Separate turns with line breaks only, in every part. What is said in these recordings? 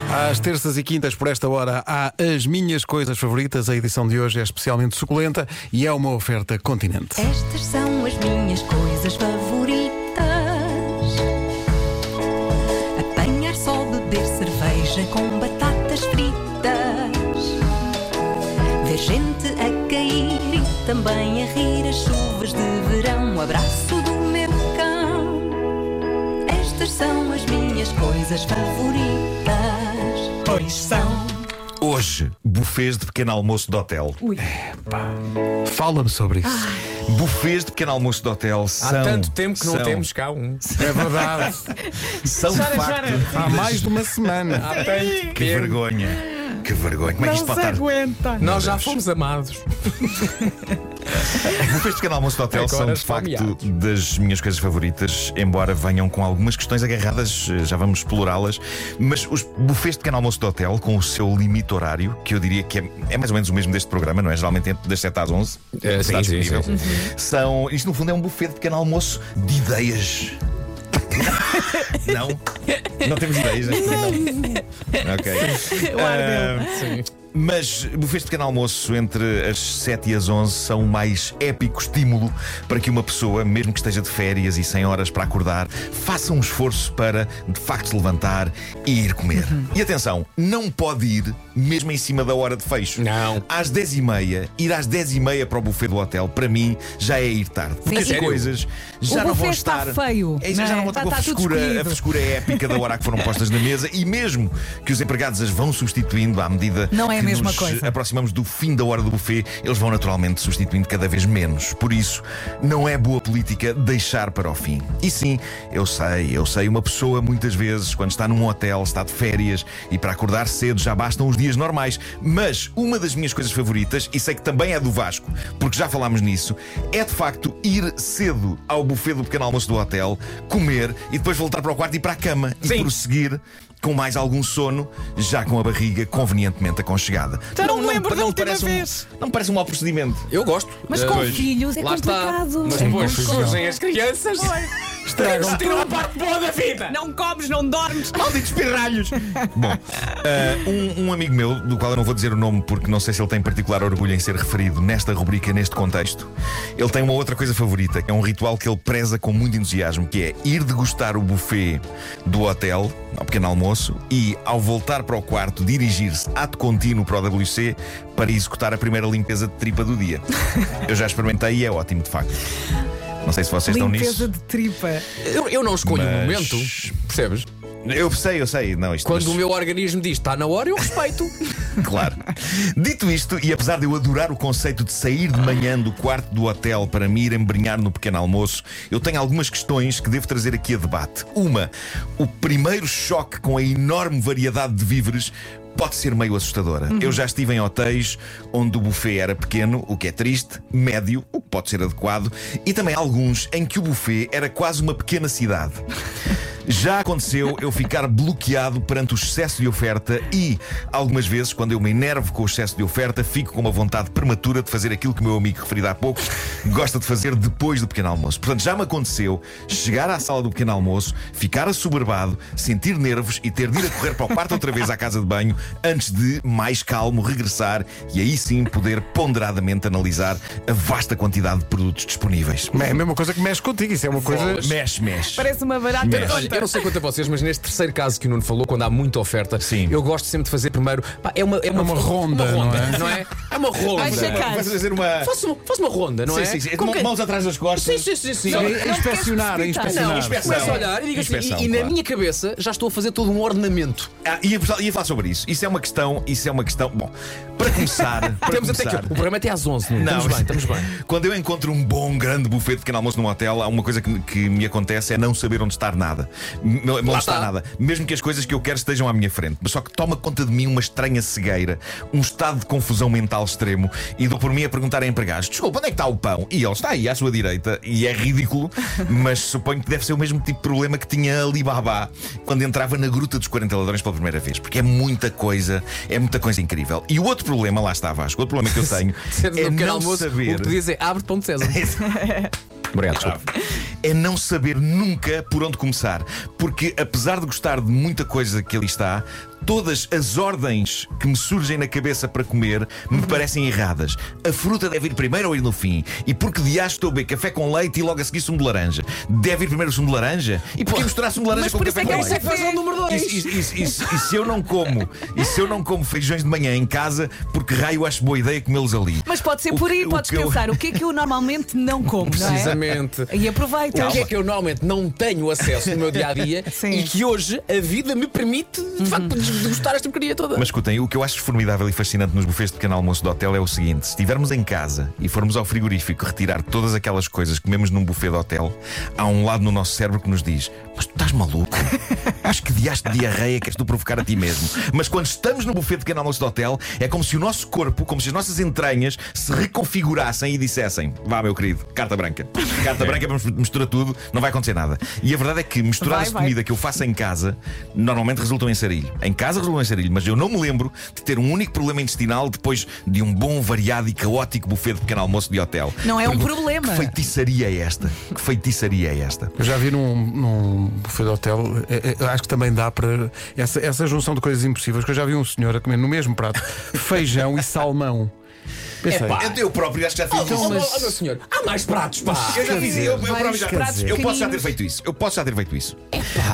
Às terças e quintas, por esta hora, há as minhas coisas favoritas. A edição de hoje é especialmente suculenta e é uma oferta continente.
Estas são as minhas coisas favoritas: apanhar só, beber cerveja com batatas fritas, ver gente a cair e também a rir as chuvas de verão. O abraço do meu cão. Estas são as minhas coisas favoritas. Pois são.
Hoje, bufês de pequeno almoço de hotel.
Fala-me sobre isso.
Bufês de pequeno almoço de hotel
Há
são.
tanto tempo que não
são-
temos cá um.
É verdade.
São de facto.
Há mais de uma semana.
Há tanto
Que
tempo.
vergonha. Que vergonha. Como é que isto pode estar?
Nós já fomos amados.
Bufês de pequeno almoço de hotel
Agora
são de
estão
facto
miados.
das minhas coisas favoritas, embora venham com algumas questões agarradas, eh, já vamos explorá-las. Mas os bufês de pequeno almoço de hotel, com o seu limite horário, que eu diria que é, é mais ou menos o mesmo deste programa, não é? Geralmente entre das 7 às 11.
É,
está
sim, sim,
disponível.
sim,
São. Isto no fundo é um buffet de pequeno almoço de ideias. não? Não temos ideias, né? não. Ok. Ah,
Sim.
mas bufês de pequeno almoço entre as 7 e as 11 são o mais épico estímulo para que uma pessoa, mesmo que esteja de férias e sem horas para acordar, faça um esforço para, de facto, se levantar e ir comer.
Uhum.
E atenção, não pode ir mesmo em cima da hora de fecho.
Não.
Às 10 e meia, ir às 10 e meia para o buffet do hotel, para mim, já é ir tarde. Porque as
Sério?
coisas já
O
não vão
buffet está
estar...
feio,
É, isso, já
não é?
não vão estar
Está-
com a
está tudo
frescura, é a
escolhido.
frescura épica da hora que foram postas na mesa e mesmo que os empregados as vão substituindo à medida
Não é a
que
mesma
nos
coisa.
aproximamos do fim da hora do buffet, eles vão naturalmente substituindo cada vez menos. Por isso, não é boa política deixar para o fim. E sim, eu sei, eu sei, uma pessoa muitas vezes, quando está num hotel, está de férias e para acordar cedo já bastam os dias normais. Mas uma das minhas coisas favoritas, e sei que também é do Vasco, porque já falámos nisso, é de facto ir cedo ao buffet do pequeno almoço do hotel, comer e depois voltar para o quarto e para a cama e
Sim.
prosseguir. Com mais algum sono, já com a barriga convenientemente aconchegada.
Já não me lembro da última
parece
vez.
Um, não me parece um mau procedimento.
Eu gosto.
Mas
Eh,
com
pois.
filhos é
Lá está.
complicado.
Mas
É
depois
complicado.
surgem as crianças. Eles tiram a parte boa da vida.
Não comes, não dormes.
Malditos pirralhos! Bom, eh, um, um amigo meu, do qual eu não vou dizer o nome porque não sei se ele tem particular orgulho em ser referido nesta rubrica, neste contexto, ele tem uma outra coisa favorita, que é um ritual que ele preza com muito entusiasmo, que é ir degustar o buffet do hotel, ao pequeno almoço, e ao voltar para o quarto, dirigir-se ato contínuo para o WC para executar a primeira limpeza de tripa do dia. Eu já experimentei e é ótimo, de facto. Não sei se vocês estão nisso.
Limpeza de tripa.
Eu, eu não escolho o
Mas-
momento, percebes?
Eu sei, eu sei. Não, isto
Quando
mas-
o meu organismo diz está na hora, eu respeito.
Claro. Dito isto, e apesar de eu adorar o conceito de sair de manhã do quarto do hotel para me ir embrenhar no pequeno almoço, eu tenho algumas questões que devo trazer aqui a debate. Uma, o primeiro choque com a enorme variedade de víveres. Pode ser meio assustadora.
Uhum.
Eu já estive em hotéis onde o buffet era pequeno, o que é triste, médio, o que pode ser adequado, e também alguns em que o buffet era quase uma pequena cidade. Já aconteceu eu ficar bloqueado perante o excesso de oferta e, algumas vezes, quando eu me enervo com o excesso de oferta, fico com uma vontade prematura de fazer aquilo que o meu amigo referido há pouco gosta de fazer depois do pequeno almoço. Portanto, já me aconteceu chegar à sala do pequeno almoço, ficar assoberbado, sentir nervos e ter de ir a correr para o quarto outra vez à casa de banho antes de, mais calmo, regressar e aí sim poder ponderadamente analisar a vasta quantidade de produtos disponíveis.
É a mesma coisa que mexe contigo. Isso é uma coisa.
Bolas.
Mexe, mexe.
Parece uma barata
Mexe.
Olha, eu
tonta.
não sei quanto a vocês, mas neste terceiro caso que o Nuno falou, quando há muita oferta,
Sim.
eu gosto sempre de fazer primeiro. pá, é uma, é uma,
É uma ronda,
uma
não é?
não é? É uma
Vai
ronda.
checar.
Vai fazer uma.
Faça uma, faça uma ronda, não
Sim,
é?
sim, sim.
Com
Mão-
quem-
Mãos atrás das
Sim,
costas.
sim, sim, sim.
É Inspecionar, é
Não,
inspecionar.
inspeção.
Começo a olhar e digo assim,
Inspeção,
e, e na
claro.
minha cabeça já estou a fazer todo um ornamento.
Ah, ia, ia falar sobre isso. Isso é uma questão. Isso é uma questão. Bom, para começar. para
Temos até
começar,
que. O programa é até às 11, não? Estamos bem, estamos bem.
Quando eu encontro um bom, grande buffet de pequeno almoço num hotel, há uma coisa que, que me acontece é não saber onde estar nada. M- Não, não
está.
está nada. Mesmo que as coisas que eu quero estejam à minha frente. Mas só que toma conta de mim uma estranha cegueira, um estado de confusão mental extremo. E dou por mim a perguntar a empregados: desculpa, onde é que está o pão? E ele está aí à sua direita. E é ridículo, mas suponho que deve ser o mesmo tipo de problema que tinha Alibaba quando entrava na gruta dos 40 ladrões pela primeira vez. Porque é muita coisa, é muita coisa incrível. E o outro problema, lá está Vasco, o outro problema que eu tenho
Sendo
é
no pequeno
não
almoço, o
saber.
que tu dizes é abre-te pão de César. Obrigado, desculpa.
É não saber nunca por onde começar. Porque apesar de gostar de muita coisa que ali está, Todas as ordens que me surgem na cabeça para comer
Uhum.
me parecem erradas. A fruta deve ir primeiro ou ir no fim? E porque de estou a beber café com leite e logo a seguir sumo de laranja? Deve ir primeiro o sumo de laranja? E porquê misturar sumo de laranja
Mas
com
por
café
isso é que
com leite?
é um café.
Faz o número
E,
2.
se- e se- e se- e se eu não como E se eu não como feijões de manhã em casa Porque raio acho boa ideia comê-los ali
Mas pode ser
O
por aí,
que- o
podes
que eu-
pensar o que é que eu normalmente não como, não
Precisamente.
é? E aproveita.
O que é que eu normalmente não tenho acesso no meu dia a dia
Sim.
e que hoje a vida me permite de facto degustar esta porcaria toda.
Uhum. Mas escutem, o que eu acho formidável e fascinante nos bufês de pequeno almoço do hotel é o seguinte: se estivermos em casa e formos ao frigorífico retirar todas aquelas coisas que comemos num buffet de hotel, há um lado no nosso cérebro que nos diz: Mas tu estás maluco? acho que diaste de diarreia que és tu provocar a ti mesmo. Mas quando estamos no buffet de pequeno almoço do hotel, é como se o nosso corpo, como se as nossas entranhas se reconfigurassem e dissessem: Vá, meu querido, carta branca. Carta branca, vamos mistura tudo, não vai acontecer nada. E a verdade é que misturar
Vai,
as
vai.
comidas comida que eu faço em casa normalmente resultam em sarilho. Em casa resultam em sarilho, mas eu não me lembro de ter um único problema intestinal depois de um bom, variado e caótico buffet de pequeno almoço de hotel.
Não é um
Pergunto,
problema.
Que feitiçaria é esta? Que feitiçaria é esta?
Eu já vi num, num buffet de hotel, eh, eh, acho que também dá para. Essa, essa junção de coisas impossíveis, que eu já vi um senhor a comer no mesmo prato feijão e salmão. Pensei.
Epá.
Eu, eu próprio acho que já fiz
Oh,
isso.
mas... oh, meu senhor, há mais pratos, pá!
Eu já fiz, eu, eu próprio já
vários pratos
Eu posso já ter
pequeninos.
feito isso. Eu posso já ter feito isso.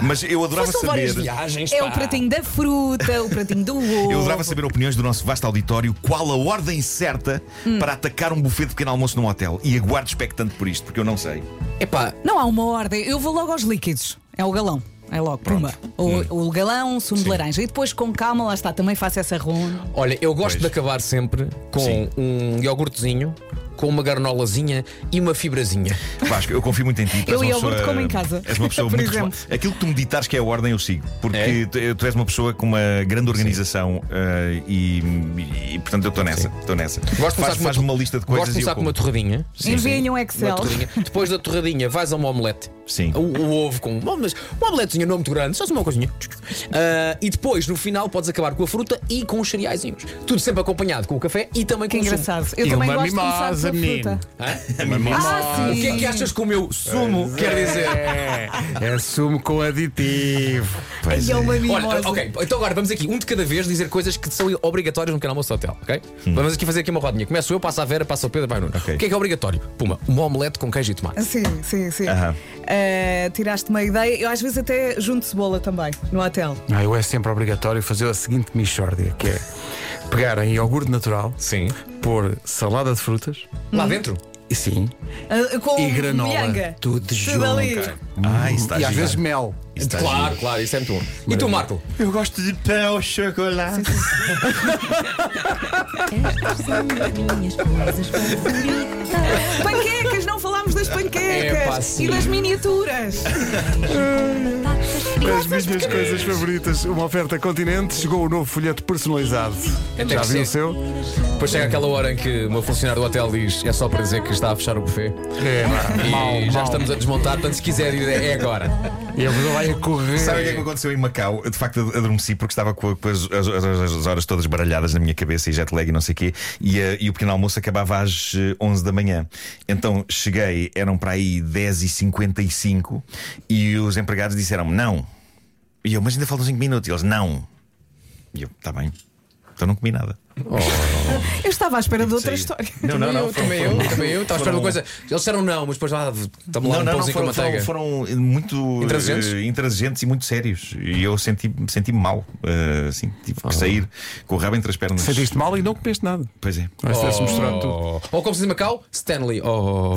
Mas eu adorava
Façam várias
saber. um
viagens,
É
pá.
o pratinho da fruta, o pratinho do ovo.
Eu adorava saber opiniões do nosso vasto auditório qual a ordem certa
Hum.
para atacar um buffet de pequeno almoço num hotel. E aguardo expectante por isto, porque eu não sei.
Epá,
Não há uma ordem. Eu vou logo aos líquidos. É o galão. É logo, puma. O, o galão, sumo de laranja. E depois, com calma, lá está, também faço essa ronda.
olha, eu gosto
Pois.
de acabar sempre com
Sim.
um iogurtezinho, com uma garnolazinha e uma fibrazinha.
Vasco, eu confio muito em ti. tu és
Eu
uma
iogurte
pessoa-
como em casa.
És uma pessoa
Por
muito
exemplo.
responsável. Aquilo que tu me ditares que é a ordem, eu sigo. Porque
É?
tu, tu és uma pessoa com uma grande organização eh, e, e, portanto, eu estou nessa. Estou nessa.
Gosto de começar
Faz-
com
Faz-me uma lista de coisas
Gosto de
e eu
começar com uma
como.
torradinha. Sim,
Enviem
sim.
um
Uma
Excel.
torradinha. Depois da torradinha, vais a uma omelete.
Sim.
O, o ovo com. Uma omelete, uma omeletezinha, não muito grande, só uma coisinha. Ah, e depois, no final, podes acabar com a fruta e com os cereaisinhos. Tudo sempre acompanhado com o café e também
Que
com o sumo.
engraçado. Eu
E
também
uma
gosto de começar
mimosa,
pela
menino.
fruta.
Hã?
Ah,
O que é que
sim.
achas que o meu sumo quer dizer?
É, é sumo com aditivo.
Pois
E é
é.
uma
Olha,
mimosa.
ok, então agora vamos aqui, um de cada vez, dizer coisas que são obrigatórias no canal Moço Hotel, ok? Vamos aqui fazer aqui uma rodinha. Começo eu, passo a Vera, passo o Pedro, vai o Nuno.
Hum. Ok.
O que é que é obrigatório? Puma, uma omelete com queijo e tomate.
Sim, sim, sim.
Aham.
Eh, tiraste uma ideia. Eu às vezes até junto cebola também, no hotel.
Não, eu é sempre obrigatório fazer a seguinte mixórdia, que é pegar em iogurte natural,
Sim.
pôr salada de frutas
Hum.
Lá dentro?
e sim,
Ah, com
e granola.
milhanga.
Tudo junto.
ali.
Ah, isso está
E às
giro.
vezes mel.
Isso está
claro,
giro.
claro, isso é muito bom. E tu, Marco?
Eu gosto de pão ao chocolate.
Estas são as minhas coisas favoritas.
Panquecas, não falámos das
É, pá,
panquecas
sim.
e das miniaturas.
Batatas fritas.
As É minhas coisas favoritas, uma oferta continente, chegou o novo folheto personalizado.
Até
Já
que
viu o
sim.
seu?
Depois chega aquela hora em que uma funcionária do hotel diz é só para dizer que está a fechar o buffet.
É,
E
mal,
já
mal.
estamos a desmontar, portanto, se quiser, é agora.
E a pessoa vai a correr.
Sabe o que é que aconteceu em Macau? Eu, De facto, adormeci porque estava com, com as, as- as- as horas todas baralhadas na minha cabeça e jet lag e não sei o quê. E, eh, e o pequeno almoço acabava às eh, 11 da manhã. Então cheguei, eram para aí 10h55 e os empregados disseram não. E eu, mas ainda faltam 5 minutos. E eles, não. E eu, está bem. Então não comi nada.
Eu estava à espera de outra
Tipo, Saí.
história.
Não, não, não.
eu, também eu, também eu. Estava a esperar uma coisa. Eles disseram não, mas depois lá estamos lá
Não, não,
um
não,
pãozinho com
foram,
manteiga.
foram, foram muito
Intransigentes?
eh, intransigentes e muito sérios. E eu senti- senti-me mal. eh, assim, tive que sair com o rabo entre as pernas.
Sentiste mal e não comeste nada.
Pois é.
Oh.
Parece que tivesse mostrado tudo.
Ou como se diz em Macau, Stanley. Oh.